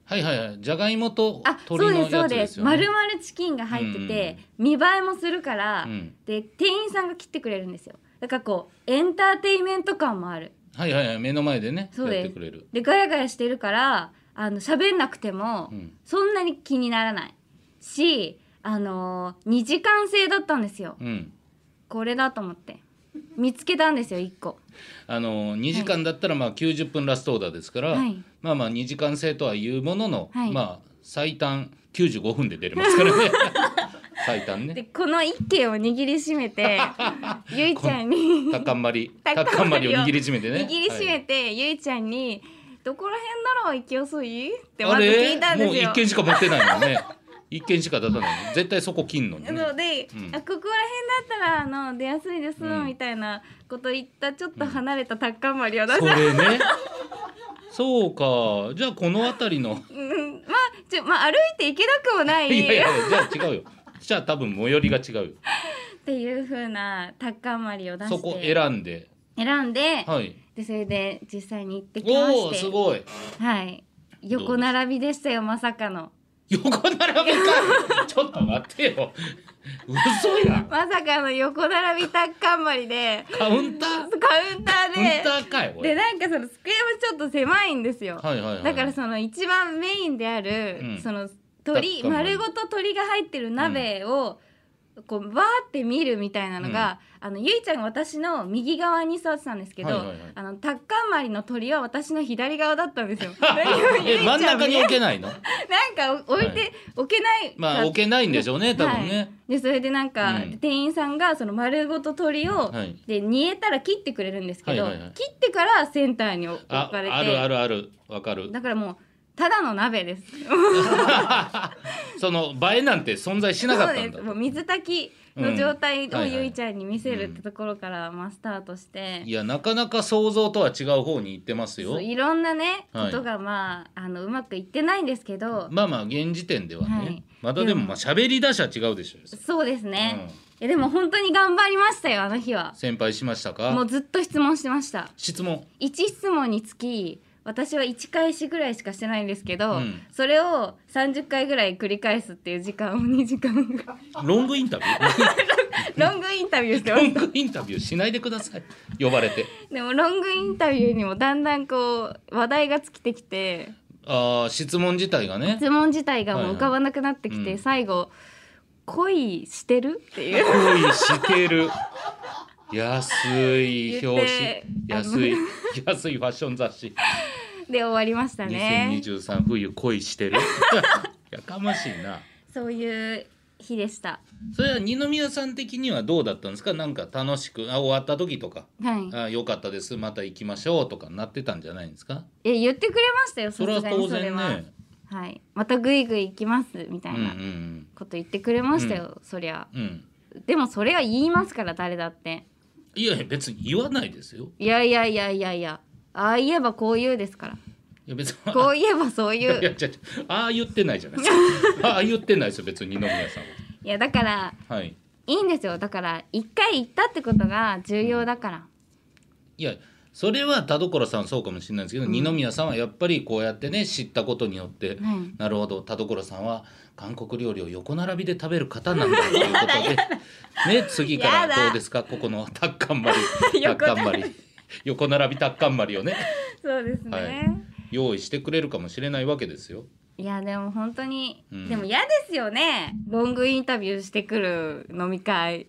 [SPEAKER 2] はいはいはいじゃがいもと
[SPEAKER 3] あそう
[SPEAKER 2] 鶏
[SPEAKER 3] です
[SPEAKER 2] の
[SPEAKER 3] そ
[SPEAKER 2] や
[SPEAKER 3] う
[SPEAKER 2] つで
[SPEAKER 3] ですす
[SPEAKER 2] よね
[SPEAKER 3] 丸々チキンが入ってて、見栄えもするから、
[SPEAKER 2] うん
[SPEAKER 3] で店員さんが切ってくれるんですよだからこうエンターテインメント感もある
[SPEAKER 2] はいはいはい目の前でね
[SPEAKER 3] そう
[SPEAKER 2] や
[SPEAKER 3] で
[SPEAKER 2] って
[SPEAKER 3] す
[SPEAKER 2] くれる
[SPEAKER 3] でガヤガヤしてるからあの喋んなくても、
[SPEAKER 2] うん
[SPEAKER 3] そんなに気にならないしあのー、2時間制だったんですよ
[SPEAKER 2] うん
[SPEAKER 3] これだと思って見つけたんですよ1個
[SPEAKER 2] あの2時間だったらまあ90分ラストオーダーですから、
[SPEAKER 3] はい
[SPEAKER 2] まあまあ2時間制とはいうものの、
[SPEAKER 3] はい
[SPEAKER 2] まあ最短95分で出れますか らね最短
[SPEAKER 3] で
[SPEAKER 2] ね
[SPEAKER 3] この1軒を握りしめ てゆいちゃんに
[SPEAKER 2] 高んまり
[SPEAKER 3] 高
[SPEAKER 2] 高ん
[SPEAKER 3] ん
[SPEAKER 2] ま
[SPEAKER 3] ま
[SPEAKER 2] り
[SPEAKER 3] り
[SPEAKER 2] を
[SPEAKER 3] を
[SPEAKER 2] 握りしめてね
[SPEAKER 3] 握りしめて、ゆいちゃんに「どこら辺だろう行き遅い?」ってま
[SPEAKER 2] あ
[SPEAKER 3] ず
[SPEAKER 2] れ
[SPEAKER 3] 聞いたんですよ。
[SPEAKER 2] もう一件しか持ってないのね一件しか出さないの絶対そこ切んのにね
[SPEAKER 3] ので、
[SPEAKER 2] うん
[SPEAKER 3] あここら辺だったらあの出やすいです、
[SPEAKER 2] うん
[SPEAKER 3] みたいなこと言ったちょっと離れたタッカンマリを出し
[SPEAKER 2] そ
[SPEAKER 3] た、
[SPEAKER 2] れねそうかじゃあこの辺りの
[SPEAKER 3] うん、まあ ちょまあ歩いて行けなくもない
[SPEAKER 2] い やいやじゃあ違うよじゃあ多分最寄りが違うよ
[SPEAKER 3] っていう風なタッカンマリを出して
[SPEAKER 2] そこ選んで
[SPEAKER 3] 選んで,、
[SPEAKER 2] はい
[SPEAKER 3] でそれで実際に行ってきま
[SPEAKER 2] お
[SPEAKER 3] し
[SPEAKER 2] お
[SPEAKER 3] て
[SPEAKER 2] すごい
[SPEAKER 3] はい横並びでしたよまさかの
[SPEAKER 2] 横並びかちょっと待ってよ嘘やん
[SPEAKER 3] まさかの横並びタッカンマリで
[SPEAKER 2] カウンター
[SPEAKER 3] カウンター
[SPEAKER 2] カウン
[SPEAKER 3] で
[SPEAKER 2] ターかいこ
[SPEAKER 3] で
[SPEAKER 2] れ
[SPEAKER 3] なんかその机もちょっと狭いんですよ、
[SPEAKER 2] はいはいはい
[SPEAKER 3] だからその一番メインである、
[SPEAKER 2] うん
[SPEAKER 3] その鶏
[SPEAKER 2] タッカンマリ
[SPEAKER 3] 丸ごと鶏が入ってる鍋をこうバーって見るみたいなのが、あのゆいちゃんが私の右側に座ってたんですけど、
[SPEAKER 2] はいはいはい
[SPEAKER 3] あのタッカンマリの鳥は私の左側だったんです よ。ゆい
[SPEAKER 2] え
[SPEAKER 3] ちゃ
[SPEAKER 2] 真
[SPEAKER 3] ん
[SPEAKER 2] ん中に置けないの
[SPEAKER 3] なんか置いて、
[SPEAKER 2] はい
[SPEAKER 3] 置けないか
[SPEAKER 2] まあ置けないんでしょうね多分ね、
[SPEAKER 3] でそれでなんか、
[SPEAKER 2] うん
[SPEAKER 3] 店員さんがその丸ごと鳥を、
[SPEAKER 2] はい
[SPEAKER 3] で煮えたら切ってくれるんですけど、
[SPEAKER 2] はいはいはい
[SPEAKER 3] 切ってからセンターに置
[SPEAKER 2] あ
[SPEAKER 3] かれて
[SPEAKER 2] あるあるあるわかる
[SPEAKER 3] だからもうただの鍋です。
[SPEAKER 2] その映えなんて存在しな か
[SPEAKER 3] そう
[SPEAKER 2] った
[SPEAKER 3] で
[SPEAKER 2] んだ
[SPEAKER 3] すもう水炊きの状態
[SPEAKER 2] うんは
[SPEAKER 3] を
[SPEAKER 2] いはい
[SPEAKER 3] ゆいちゃんに見せるってところから、まあ、スタートして
[SPEAKER 2] いやなかなか想像とは違う方に行ってますよ
[SPEAKER 3] そういろんなね、
[SPEAKER 2] はい
[SPEAKER 3] ことがまああのうまくいってないんですけど、
[SPEAKER 2] まあまあ現時点ではね、
[SPEAKER 3] はい
[SPEAKER 2] またでもまあ喋り出しは違うでしょう
[SPEAKER 3] そうですね
[SPEAKER 2] うん、
[SPEAKER 3] えでも本当に頑張りましたよあの日は
[SPEAKER 2] 先輩しました
[SPEAKER 3] も
[SPEAKER 2] か
[SPEAKER 3] うずっと質問してました
[SPEAKER 2] 質問
[SPEAKER 3] 1質問につき私は1返しぐらいしかしてないんですけど、
[SPEAKER 2] うん
[SPEAKER 3] それを30回ぐらい繰り返すっていう時間を2時間ぐらい
[SPEAKER 2] ロングインタビュ
[SPEAKER 3] ロングインタビューして
[SPEAKER 2] ー
[SPEAKER 3] ま
[SPEAKER 2] ロ
[SPEAKER 3] し
[SPEAKER 2] ングインタビューしないでください呼ばれて
[SPEAKER 3] たでもロングインタビューにもだんだんこう話題が尽きてきて
[SPEAKER 2] あー質問自体がね
[SPEAKER 3] 質問自体がもう浮かばなくなってきて、
[SPEAKER 2] はいはいうん
[SPEAKER 3] 最後「恋してる?」っていう
[SPEAKER 2] 恋し てる安い
[SPEAKER 3] 言
[SPEAKER 2] 表紙
[SPEAKER 3] って
[SPEAKER 2] 安い安いファッション雑誌
[SPEAKER 3] で終わりましたね
[SPEAKER 2] 2023冬恋してる やかましいな
[SPEAKER 3] そういう日でした
[SPEAKER 2] それは二宮さん的にはどうだったんですかなんか楽しくあ終わった時とか
[SPEAKER 3] はい
[SPEAKER 2] あ良かったですまた行きましょうとかなってたんじゃないんですか
[SPEAKER 3] え言ってくれましたよさ
[SPEAKER 2] そ
[SPEAKER 3] す
[SPEAKER 2] れは
[SPEAKER 3] がに
[SPEAKER 2] 当
[SPEAKER 3] それ
[SPEAKER 2] 然
[SPEAKER 3] は
[SPEAKER 2] ね
[SPEAKER 3] はい、またグイグイ行きますみた
[SPEAKER 2] うん
[SPEAKER 3] いうなんこと言ってくれましたよ、そりゃ
[SPEAKER 2] うんうん
[SPEAKER 3] でもそれは言いますから誰だって
[SPEAKER 2] いやいや別に言わないですよ
[SPEAKER 3] いやいやいやいやいやああ言えばこう言うですから
[SPEAKER 2] いや別に
[SPEAKER 3] こう言えばそう
[SPEAKER 2] い
[SPEAKER 3] い
[SPEAKER 2] や
[SPEAKER 3] う
[SPEAKER 2] いや違う違うああ言ってないじゃないです かああ言ってないですよ別に二宮さん
[SPEAKER 3] いやだから
[SPEAKER 2] ははい
[SPEAKER 3] いいんですよだから一回行ったってことが重要だから、
[SPEAKER 2] いやそれは田所さんそうかもしれないですけど、二宮さんはやっぱりこうやってね知ったことによっ
[SPEAKER 3] は
[SPEAKER 2] て、
[SPEAKER 3] い
[SPEAKER 2] なるほど田所さんは韓国料理を横並びで食べる方なんだというこ とで、ね、次か
[SPEAKER 3] や
[SPEAKER 2] ら
[SPEAKER 3] だ
[SPEAKER 2] どうですかここのタッカンマリタッ
[SPEAKER 3] 横
[SPEAKER 2] カンマリ横並びタッカンマリをね
[SPEAKER 3] そうですね、
[SPEAKER 2] は用意してくれるかもしれないわけですよ。
[SPEAKER 3] い、やでも本当に、
[SPEAKER 2] うん
[SPEAKER 3] でも嫌ですよねロングインタビューしてくる飲み会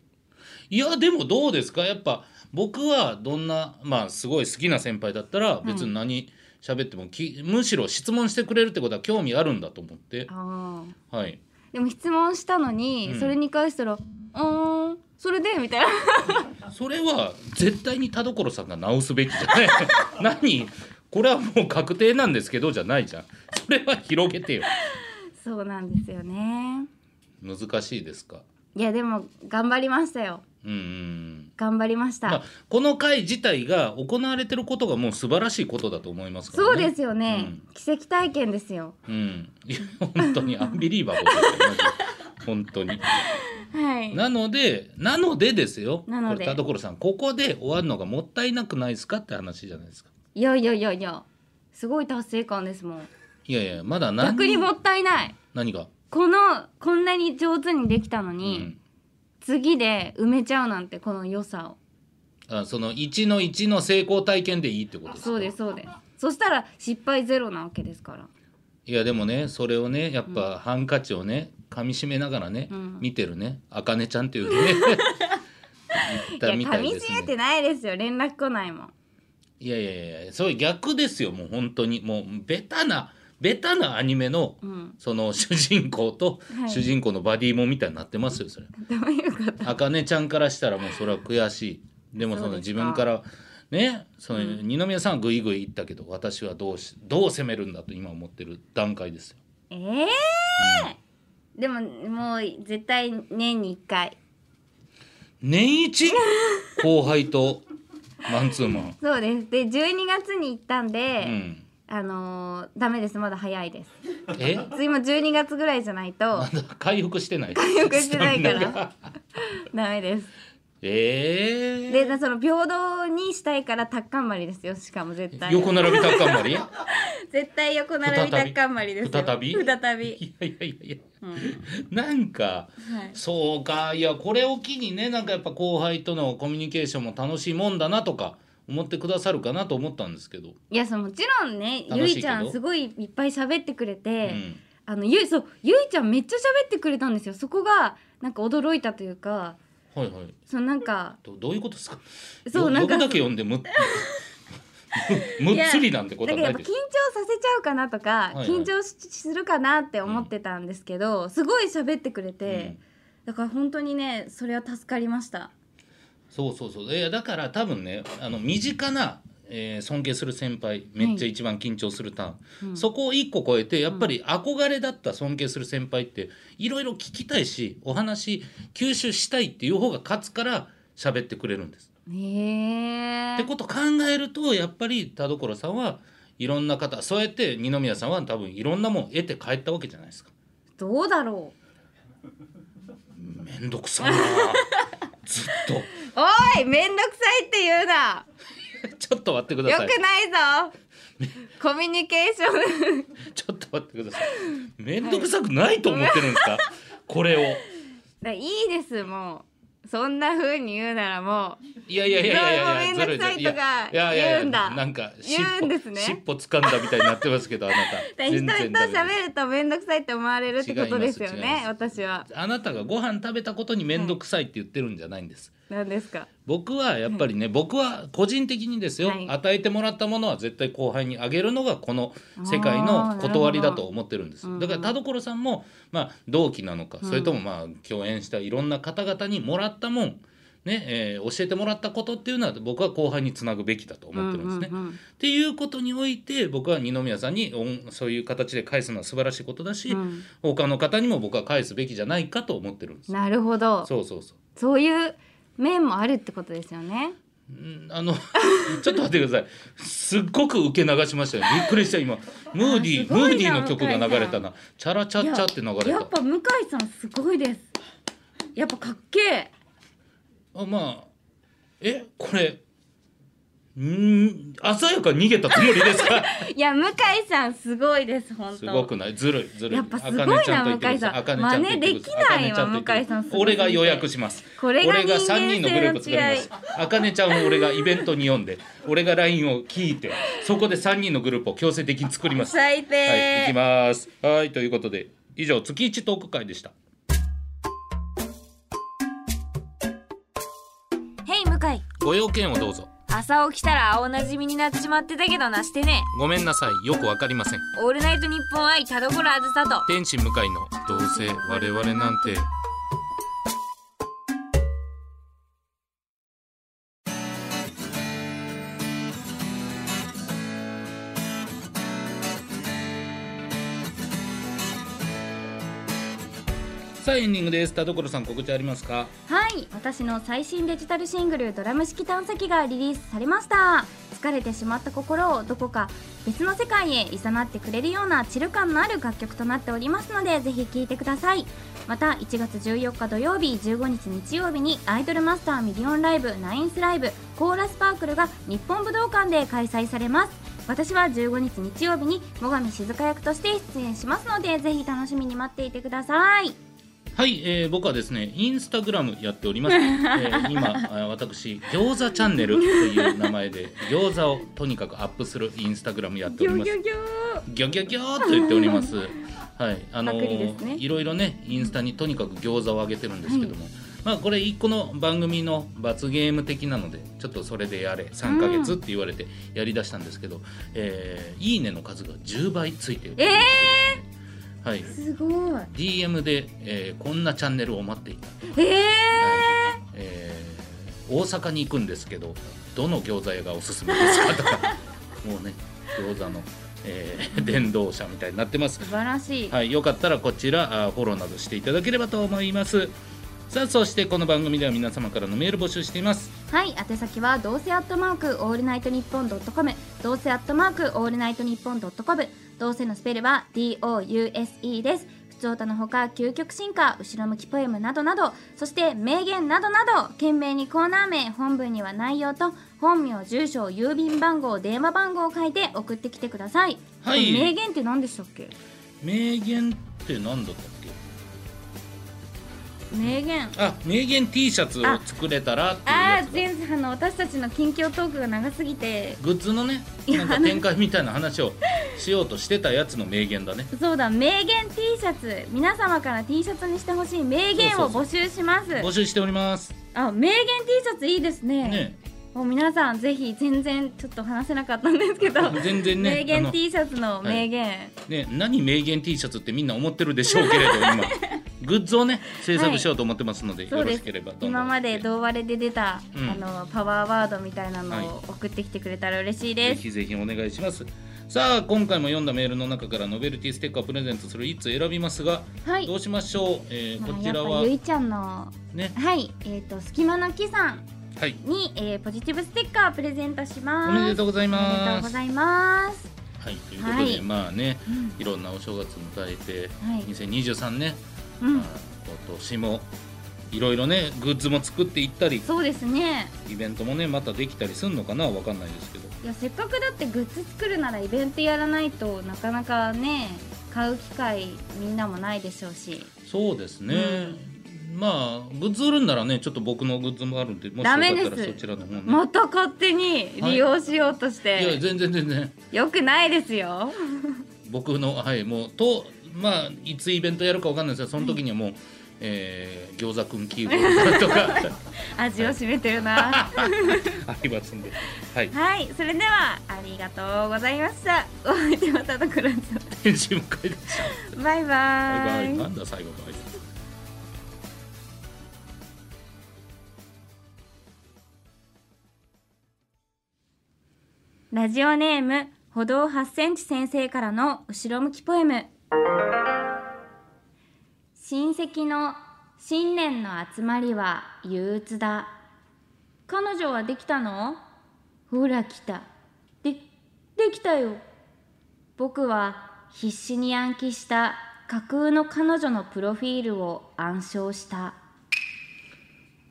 [SPEAKER 2] いやでもどうですかやっぱ僕はどんなまあすごい好きな先輩だったら別に何喋ってもき、むしろ質問してくれるってことは興味あるんだと思って、
[SPEAKER 3] ああ
[SPEAKER 2] はい、
[SPEAKER 3] でも質問したのに、
[SPEAKER 2] うん
[SPEAKER 3] それに返したら「うーんそれで」み たいな
[SPEAKER 2] それは絶対に田所さんが直すべきじゃない 何これはもう確定なんですけどじゃないじゃんそれは広げてよ
[SPEAKER 3] そうなんですよね
[SPEAKER 2] 難しいですか
[SPEAKER 3] いやでも頑張りましたよ
[SPEAKER 2] うんうんうん
[SPEAKER 3] 頑張りました、
[SPEAKER 2] まあ、この回自体が行われてることがもう素晴らしいことだと思いますから、ね、
[SPEAKER 3] そうですよね、
[SPEAKER 2] うん
[SPEAKER 3] 奇跡体験ですよ
[SPEAKER 2] うん、いや本当にアンビリーバボーですよマジで本当に
[SPEAKER 3] はい
[SPEAKER 2] なのでなのでですよ
[SPEAKER 3] なので
[SPEAKER 2] これ田所さんここで終わるのがもったいなくないですかって話じゃないですか
[SPEAKER 3] いやいやいやいやすごい達成感ですもん
[SPEAKER 2] いやいやまだ何
[SPEAKER 3] 逆にもったいない
[SPEAKER 2] 何が、
[SPEAKER 3] このこんなに上手にできたの
[SPEAKER 2] う
[SPEAKER 3] に、
[SPEAKER 2] ん、
[SPEAKER 3] 次で埋めちゃうなんてこの良さを
[SPEAKER 2] あその1の1の成功体験でいいってことですか
[SPEAKER 3] そうですそうですそしたら失敗ゼロなわけですから
[SPEAKER 2] いやでもねそれをねやっぱハンカチをね噛みしめながらね、
[SPEAKER 3] うん
[SPEAKER 2] 見てるねあかねちゃんってい うね
[SPEAKER 3] い
[SPEAKER 2] 言っ
[SPEAKER 3] や
[SPEAKER 2] たみた
[SPEAKER 3] 噛
[SPEAKER 2] い
[SPEAKER 3] み
[SPEAKER 2] です
[SPEAKER 3] しめ
[SPEAKER 2] ね
[SPEAKER 3] てないですよ連絡来ないもん
[SPEAKER 2] いやいやいやそれ逆ですよもう本当にもうベタなベタなアニメの、
[SPEAKER 3] うん
[SPEAKER 2] その主人公と
[SPEAKER 3] はい
[SPEAKER 2] 主人公のバディモンみたいになってますよそれ。
[SPEAKER 3] どういうこと
[SPEAKER 2] あかねちゃんからしたらもうそれは悔しいでもそ
[SPEAKER 3] そ
[SPEAKER 2] の
[SPEAKER 3] うです
[SPEAKER 2] 自
[SPEAKER 3] か
[SPEAKER 2] 分からねその二宮さんはグイグイ言ったけど私はどうしどう攻めるんだと今思ってる段階ですよ。
[SPEAKER 3] ええーでももう絶対年に1回
[SPEAKER 2] 年一後輩とマンツーマ ン。
[SPEAKER 3] そうですで12月に行ったん
[SPEAKER 2] う
[SPEAKER 3] で、
[SPEAKER 2] ん、
[SPEAKER 3] あのーダメですまだ早いです
[SPEAKER 2] え
[SPEAKER 3] 今12月ぐらいじゃない と
[SPEAKER 2] まだ回復してない
[SPEAKER 3] 回復してないから
[SPEAKER 2] スタミナが
[SPEAKER 3] ダメです
[SPEAKER 2] え
[SPEAKER 3] でその平等にしたいからタッカンマリですよしかも絶
[SPEAKER 2] ー、
[SPEAKER 3] 対
[SPEAKER 2] 横並びたっかんまり い
[SPEAKER 3] 絶対横並びタッカンマリですよ
[SPEAKER 2] 再び
[SPEAKER 3] 再び、
[SPEAKER 2] やいやいやい
[SPEAKER 3] うんは
[SPEAKER 2] やなんか
[SPEAKER 3] い、
[SPEAKER 2] そうかいやこれを機にねなんかやっぱ後輩とのコミュニケーションも楽しいもんだなとか思ってくださるかなと思ったんですけど、
[SPEAKER 3] いやそうもちろんね
[SPEAKER 2] 楽しい
[SPEAKER 3] ゆ
[SPEAKER 2] けど
[SPEAKER 3] いちゃんすごいいっぱい喋ってくれて、
[SPEAKER 2] うん
[SPEAKER 3] あのゆいそうゆいちゃんめっちゃ喋ってくれたんですよそこがなんか驚いたというか
[SPEAKER 2] はいはい
[SPEAKER 3] そのなんか
[SPEAKER 2] どどういうことですか
[SPEAKER 3] そう
[SPEAKER 2] ど
[SPEAKER 3] なんか
[SPEAKER 2] どこだけ読んでむ むむっつりなんてこ
[SPEAKER 3] だ
[SPEAKER 2] と
[SPEAKER 3] か
[SPEAKER 2] は
[SPEAKER 3] らや
[SPEAKER 2] な
[SPEAKER 3] っぱ
[SPEAKER 2] い
[SPEAKER 3] 緊張
[SPEAKER 2] です
[SPEAKER 3] させちゃうかなとか、
[SPEAKER 2] はいはい
[SPEAKER 3] 緊張しするかなって思ってたんですけど、すごい喋ってくれて、だから本当にねそれは助かりました
[SPEAKER 2] そうそうそういやだから多分ねあの身近な、えー尊敬する先輩めっちゃ一番緊張するターン、そこを一個超えてやっぱり憧れだった尊敬する先輩っていろいろ聞きたいしお話吸収したいっていう方が勝つから喋ってくれるんです。
[SPEAKER 3] へ
[SPEAKER 2] っ
[SPEAKER 3] え
[SPEAKER 2] てことを考えるとやっぱり田所さんはいろんな方そうやって二宮さんは多分いろんなもん得て帰ったわけじゃないですか。
[SPEAKER 3] どうだろう
[SPEAKER 2] めんどくさいなずっと
[SPEAKER 3] おいめんどくさいって言うな
[SPEAKER 2] ちょっと待ってくだ
[SPEAKER 3] よ
[SPEAKER 2] さい
[SPEAKER 3] くないぞ コミュニケーション
[SPEAKER 2] ちょっと待ってくださいめんどくさくないと思ってるんですか、これを
[SPEAKER 3] だいいですもうそんな風に言うならも
[SPEAKER 2] いやいやいやいやいや
[SPEAKER 3] どうもめんどくさいとか
[SPEAKER 2] いやいやいや
[SPEAKER 3] 言うんだ
[SPEAKER 2] なんか尻
[SPEAKER 3] 言う
[SPEAKER 2] 尾
[SPEAKER 3] んですね
[SPEAKER 2] 尻尾掴んだみたいになってますけどあな
[SPEAKER 3] う
[SPEAKER 2] た
[SPEAKER 3] だ人と
[SPEAKER 2] ダメです
[SPEAKER 3] 喋るとめんどくさいって思われるってことですよ
[SPEAKER 2] 違います違
[SPEAKER 3] ね
[SPEAKER 2] い
[SPEAKER 3] 私は
[SPEAKER 2] あなたがご飯食べたことにめんどくさいって言ってるんじゃないんです、
[SPEAKER 3] 何ですか
[SPEAKER 2] 僕はやっぱりね、僕は個人的にですよ、
[SPEAKER 3] はい
[SPEAKER 2] 与えてもらったものは絶対後輩にあげるのがこの世界の断りだと思ってるんです
[SPEAKER 3] あーなる
[SPEAKER 2] だ
[SPEAKER 3] ほ
[SPEAKER 2] か
[SPEAKER 3] ど
[SPEAKER 2] ら田所さんも、まあ、同期なのか、
[SPEAKER 3] うん
[SPEAKER 2] それともまあ共演したいろんな方々にもらったもんねえー教えてもらったことっていうのは僕は後輩につなぐべきだと思ってるんですね。
[SPEAKER 3] うううん
[SPEAKER 2] っていうことにおいて僕は二宮さんにおそういう形で返すのは素晴らしいことだし、
[SPEAKER 3] うん
[SPEAKER 2] 他の方にも僕は返すべきじゃないかと思ってるんです。
[SPEAKER 3] なるほど
[SPEAKER 2] そうそうそう
[SPEAKER 3] そういう面もあるってことですよね。
[SPEAKER 2] うんあのちょっと待ってくださいすっごく受け流しましたよびっくりした今ムーディ
[SPEAKER 3] す
[SPEAKER 2] ー
[SPEAKER 3] ごいな
[SPEAKER 2] ムーディーの曲が流れたなチャラチャッチャって流
[SPEAKER 3] や
[SPEAKER 2] れ
[SPEAKER 3] やっぱ向井さんすごいです。やっぱかっけえ。
[SPEAKER 2] たあまあえこれん朝やか逃げたつもりで すか
[SPEAKER 3] いや向井さんすごいです本当。
[SPEAKER 2] すごくないずるいずるい
[SPEAKER 3] やっぱすごいな
[SPEAKER 2] 茜ちゃんと言
[SPEAKER 3] 向井
[SPEAKER 2] ってくだ
[SPEAKER 3] さん
[SPEAKER 2] 茜ちゃと言
[SPEAKER 3] 真
[SPEAKER 2] ってくださ
[SPEAKER 3] 似できないわ
[SPEAKER 2] 茜ちゃと言ってくだ
[SPEAKER 3] 向井さんすごすぎて
[SPEAKER 2] 俺が予約します
[SPEAKER 3] これが
[SPEAKER 2] 俺が三人のグループ作りま
[SPEAKER 3] 人
[SPEAKER 2] す茜ちゃんを俺がイベントに呼んで俺が LINE を聞いてそこで3人のグループを強制的に作ります
[SPEAKER 3] 最低。
[SPEAKER 2] はい、行きます。はい、ということで、以上月一トーク会でした。
[SPEAKER 3] ヘイ向井。
[SPEAKER 2] ご用件をどうぞ。
[SPEAKER 3] 朝起きたら青なじみになってしまってたけどなしてね。
[SPEAKER 2] ごめんなさい、よくわかりません。
[SPEAKER 3] オールナイトニッポン愛田所あずさと。
[SPEAKER 2] 天使向かいの、どうせ我々なんて。さあエンディングです。田所さん告知ありますか。
[SPEAKER 1] はい私の最新デジタルシングル「ドラム式探査機」がリリースされました疲れてしまった心をどこか別の世界へ誘ってくれるようなチル感のある楽曲となっておりますのでぜひ聴いてくださいまた1月14日土曜日15日日曜日にアイドルマスターミリオンライブナインスライブコーラスパークルが日本武道館で開催されます私は15日日曜日に最上静香役として出演しますのでぜひ楽しみに待っていてください
[SPEAKER 2] はい、えー僕はですね、インスタグラムやってお ります。えー今、あ私、餃子チャンネルという名前で、餃子をとにかくアップするインスタグラムやっております。
[SPEAKER 3] ギョー。
[SPEAKER 2] ギョギョギョーと言っており ます。はい、あの
[SPEAKER 3] パクリですね
[SPEAKER 2] いろいろね、インスタにとにかく餃子をあげてるんですけども。まあ、これ一個の番組の罰ゲーム的なのでちょっとそれでやれ3ヶ月って言われてやりだしたんですけど、えーいいねの数が10倍ついてる、
[SPEAKER 3] え
[SPEAKER 2] はい、
[SPEAKER 3] ー、すごい。
[SPEAKER 2] DM で、えーこんなチャンネルを待っていた
[SPEAKER 3] え
[SPEAKER 2] えー大阪に行くんですけどどの餃子屋がおすすめですかとかもうね餃子の、えー伝道者みたいになってます
[SPEAKER 3] ー、、素晴らしい。
[SPEAKER 2] はい、よかったらこちらあーフォローなどしていただければと思いますさあそしてこの番組では皆様からのメール募集しています
[SPEAKER 1] はい宛先はどうせアットマークオールナイトニッポンドットコムどうせアットマークオールナイトニッポンドットコムどうせのスペルは DOUSE です普通歌のほか究極進化後ろ向きポエムなどなどそして名言などなど懸命にコーナー名本文には内容と本名住所郵便番号電話番号を書いて送ってきてください、
[SPEAKER 2] はい
[SPEAKER 1] これ名言って何でしたっけ
[SPEAKER 2] 名言って何だったっけ
[SPEAKER 3] 名言。
[SPEAKER 2] あ名言 T シャツを作れたらっていう
[SPEAKER 3] あ
[SPEAKER 2] や
[SPEAKER 3] ー
[SPEAKER 2] つだ
[SPEAKER 3] 前あの私たちの近況トークが長すぎて
[SPEAKER 2] グッズのねなんか展開みたいな話をしようとしてたやつの名言だね
[SPEAKER 3] そうだ名言 T シャツ皆様から T シャツにしてほしい名言を募集します
[SPEAKER 2] 募集しております
[SPEAKER 3] あ名言 T シャツいいですね
[SPEAKER 2] ね
[SPEAKER 3] もう皆さんぜひ全然ちょっと話せなかったんですけど、
[SPEAKER 2] 全然ね
[SPEAKER 3] 名
[SPEAKER 2] あ
[SPEAKER 3] 言
[SPEAKER 2] の
[SPEAKER 3] T シャツの名言
[SPEAKER 2] ね何名言 T シャツってみんな思ってるでしょうけれど 今グッズをね制作しようと思ってますので、
[SPEAKER 3] そ
[SPEAKER 2] よ
[SPEAKER 3] う
[SPEAKER 2] ろ
[SPEAKER 3] で
[SPEAKER 2] し
[SPEAKER 3] す
[SPEAKER 2] ければどんどん
[SPEAKER 3] 今まで「どうわれ」で出た、
[SPEAKER 2] うん
[SPEAKER 3] あのパワーワードみたいな
[SPEAKER 2] はい
[SPEAKER 3] のを送ってきてくれたら嬉しい
[SPEAKER 2] ぜ
[SPEAKER 3] です、
[SPEAKER 2] ひぜひお願いしますさあ今回も読んだメールの中からノベルティステッカーをプレゼントする1通選びますが、
[SPEAKER 3] はい
[SPEAKER 2] どうしましょう、えー
[SPEAKER 3] まあ
[SPEAKER 2] こちら
[SPEAKER 3] やっ
[SPEAKER 2] は
[SPEAKER 3] ぱゆいちゃんの
[SPEAKER 2] ね
[SPEAKER 3] はいえっ、と隙間の木さん
[SPEAKER 2] はい
[SPEAKER 3] に、えーポジティブステッカープレゼントします
[SPEAKER 2] おめでとうござい
[SPEAKER 3] おめでと
[SPEAKER 2] ま
[SPEAKER 3] うご
[SPEAKER 2] す
[SPEAKER 3] ざいます
[SPEAKER 2] はいということで、
[SPEAKER 3] はい
[SPEAKER 2] まあね
[SPEAKER 3] うん
[SPEAKER 2] いろんなお正月迎えて
[SPEAKER 3] はい
[SPEAKER 2] 2023ね、
[SPEAKER 3] う
[SPEAKER 2] ま
[SPEAKER 3] ん
[SPEAKER 2] あ、今年もいろいろねグッズも作っていったり
[SPEAKER 3] そうですね
[SPEAKER 2] イベントもねまたできたりするのかなわかんないですけど
[SPEAKER 3] いやせっかくだってグッズ作るならイベントやらないとなかなかね買う機会みんなもないでしょうし
[SPEAKER 2] そうですね、まあグッズ売るんならねちょっと僕のグッズもあるんでもしよか
[SPEAKER 3] ダ
[SPEAKER 2] っ
[SPEAKER 3] メ
[SPEAKER 2] たら
[SPEAKER 3] です
[SPEAKER 2] そちらの方ね
[SPEAKER 3] また勝手に利用しようとし
[SPEAKER 2] いや
[SPEAKER 3] て、
[SPEAKER 2] 全然全然
[SPEAKER 3] 良よくないですよ
[SPEAKER 2] 僕のはいもうとまあいつイベントやるかわかんないですがその時にはもう、えー餃子くんキーブとか
[SPEAKER 3] 味を占めてるな
[SPEAKER 2] ありますんではい
[SPEAKER 3] はいそれではありがとうございましたお相手は田所さん
[SPEAKER 2] 返事迎えでした
[SPEAKER 3] バイバ
[SPEAKER 2] バイバ
[SPEAKER 3] イ
[SPEAKER 2] イなんだ最後の挨拶
[SPEAKER 3] ラジオネーム歩道8センチ先生からの後ろ向きポエム親戚の新年の集まりは憂鬱だ彼女はできたのほら来たでできたよ僕は必死に暗記した架空の彼女のプロフィールを暗唱した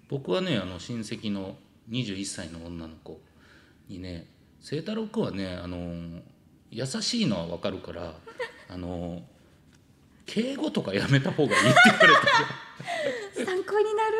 [SPEAKER 2] 僕はねあの親戚の21歳の女の子にね清太郎君はねあのー優しいのはわかるからあのー敬語とかやめた方がいいって言われた
[SPEAKER 3] 参考になる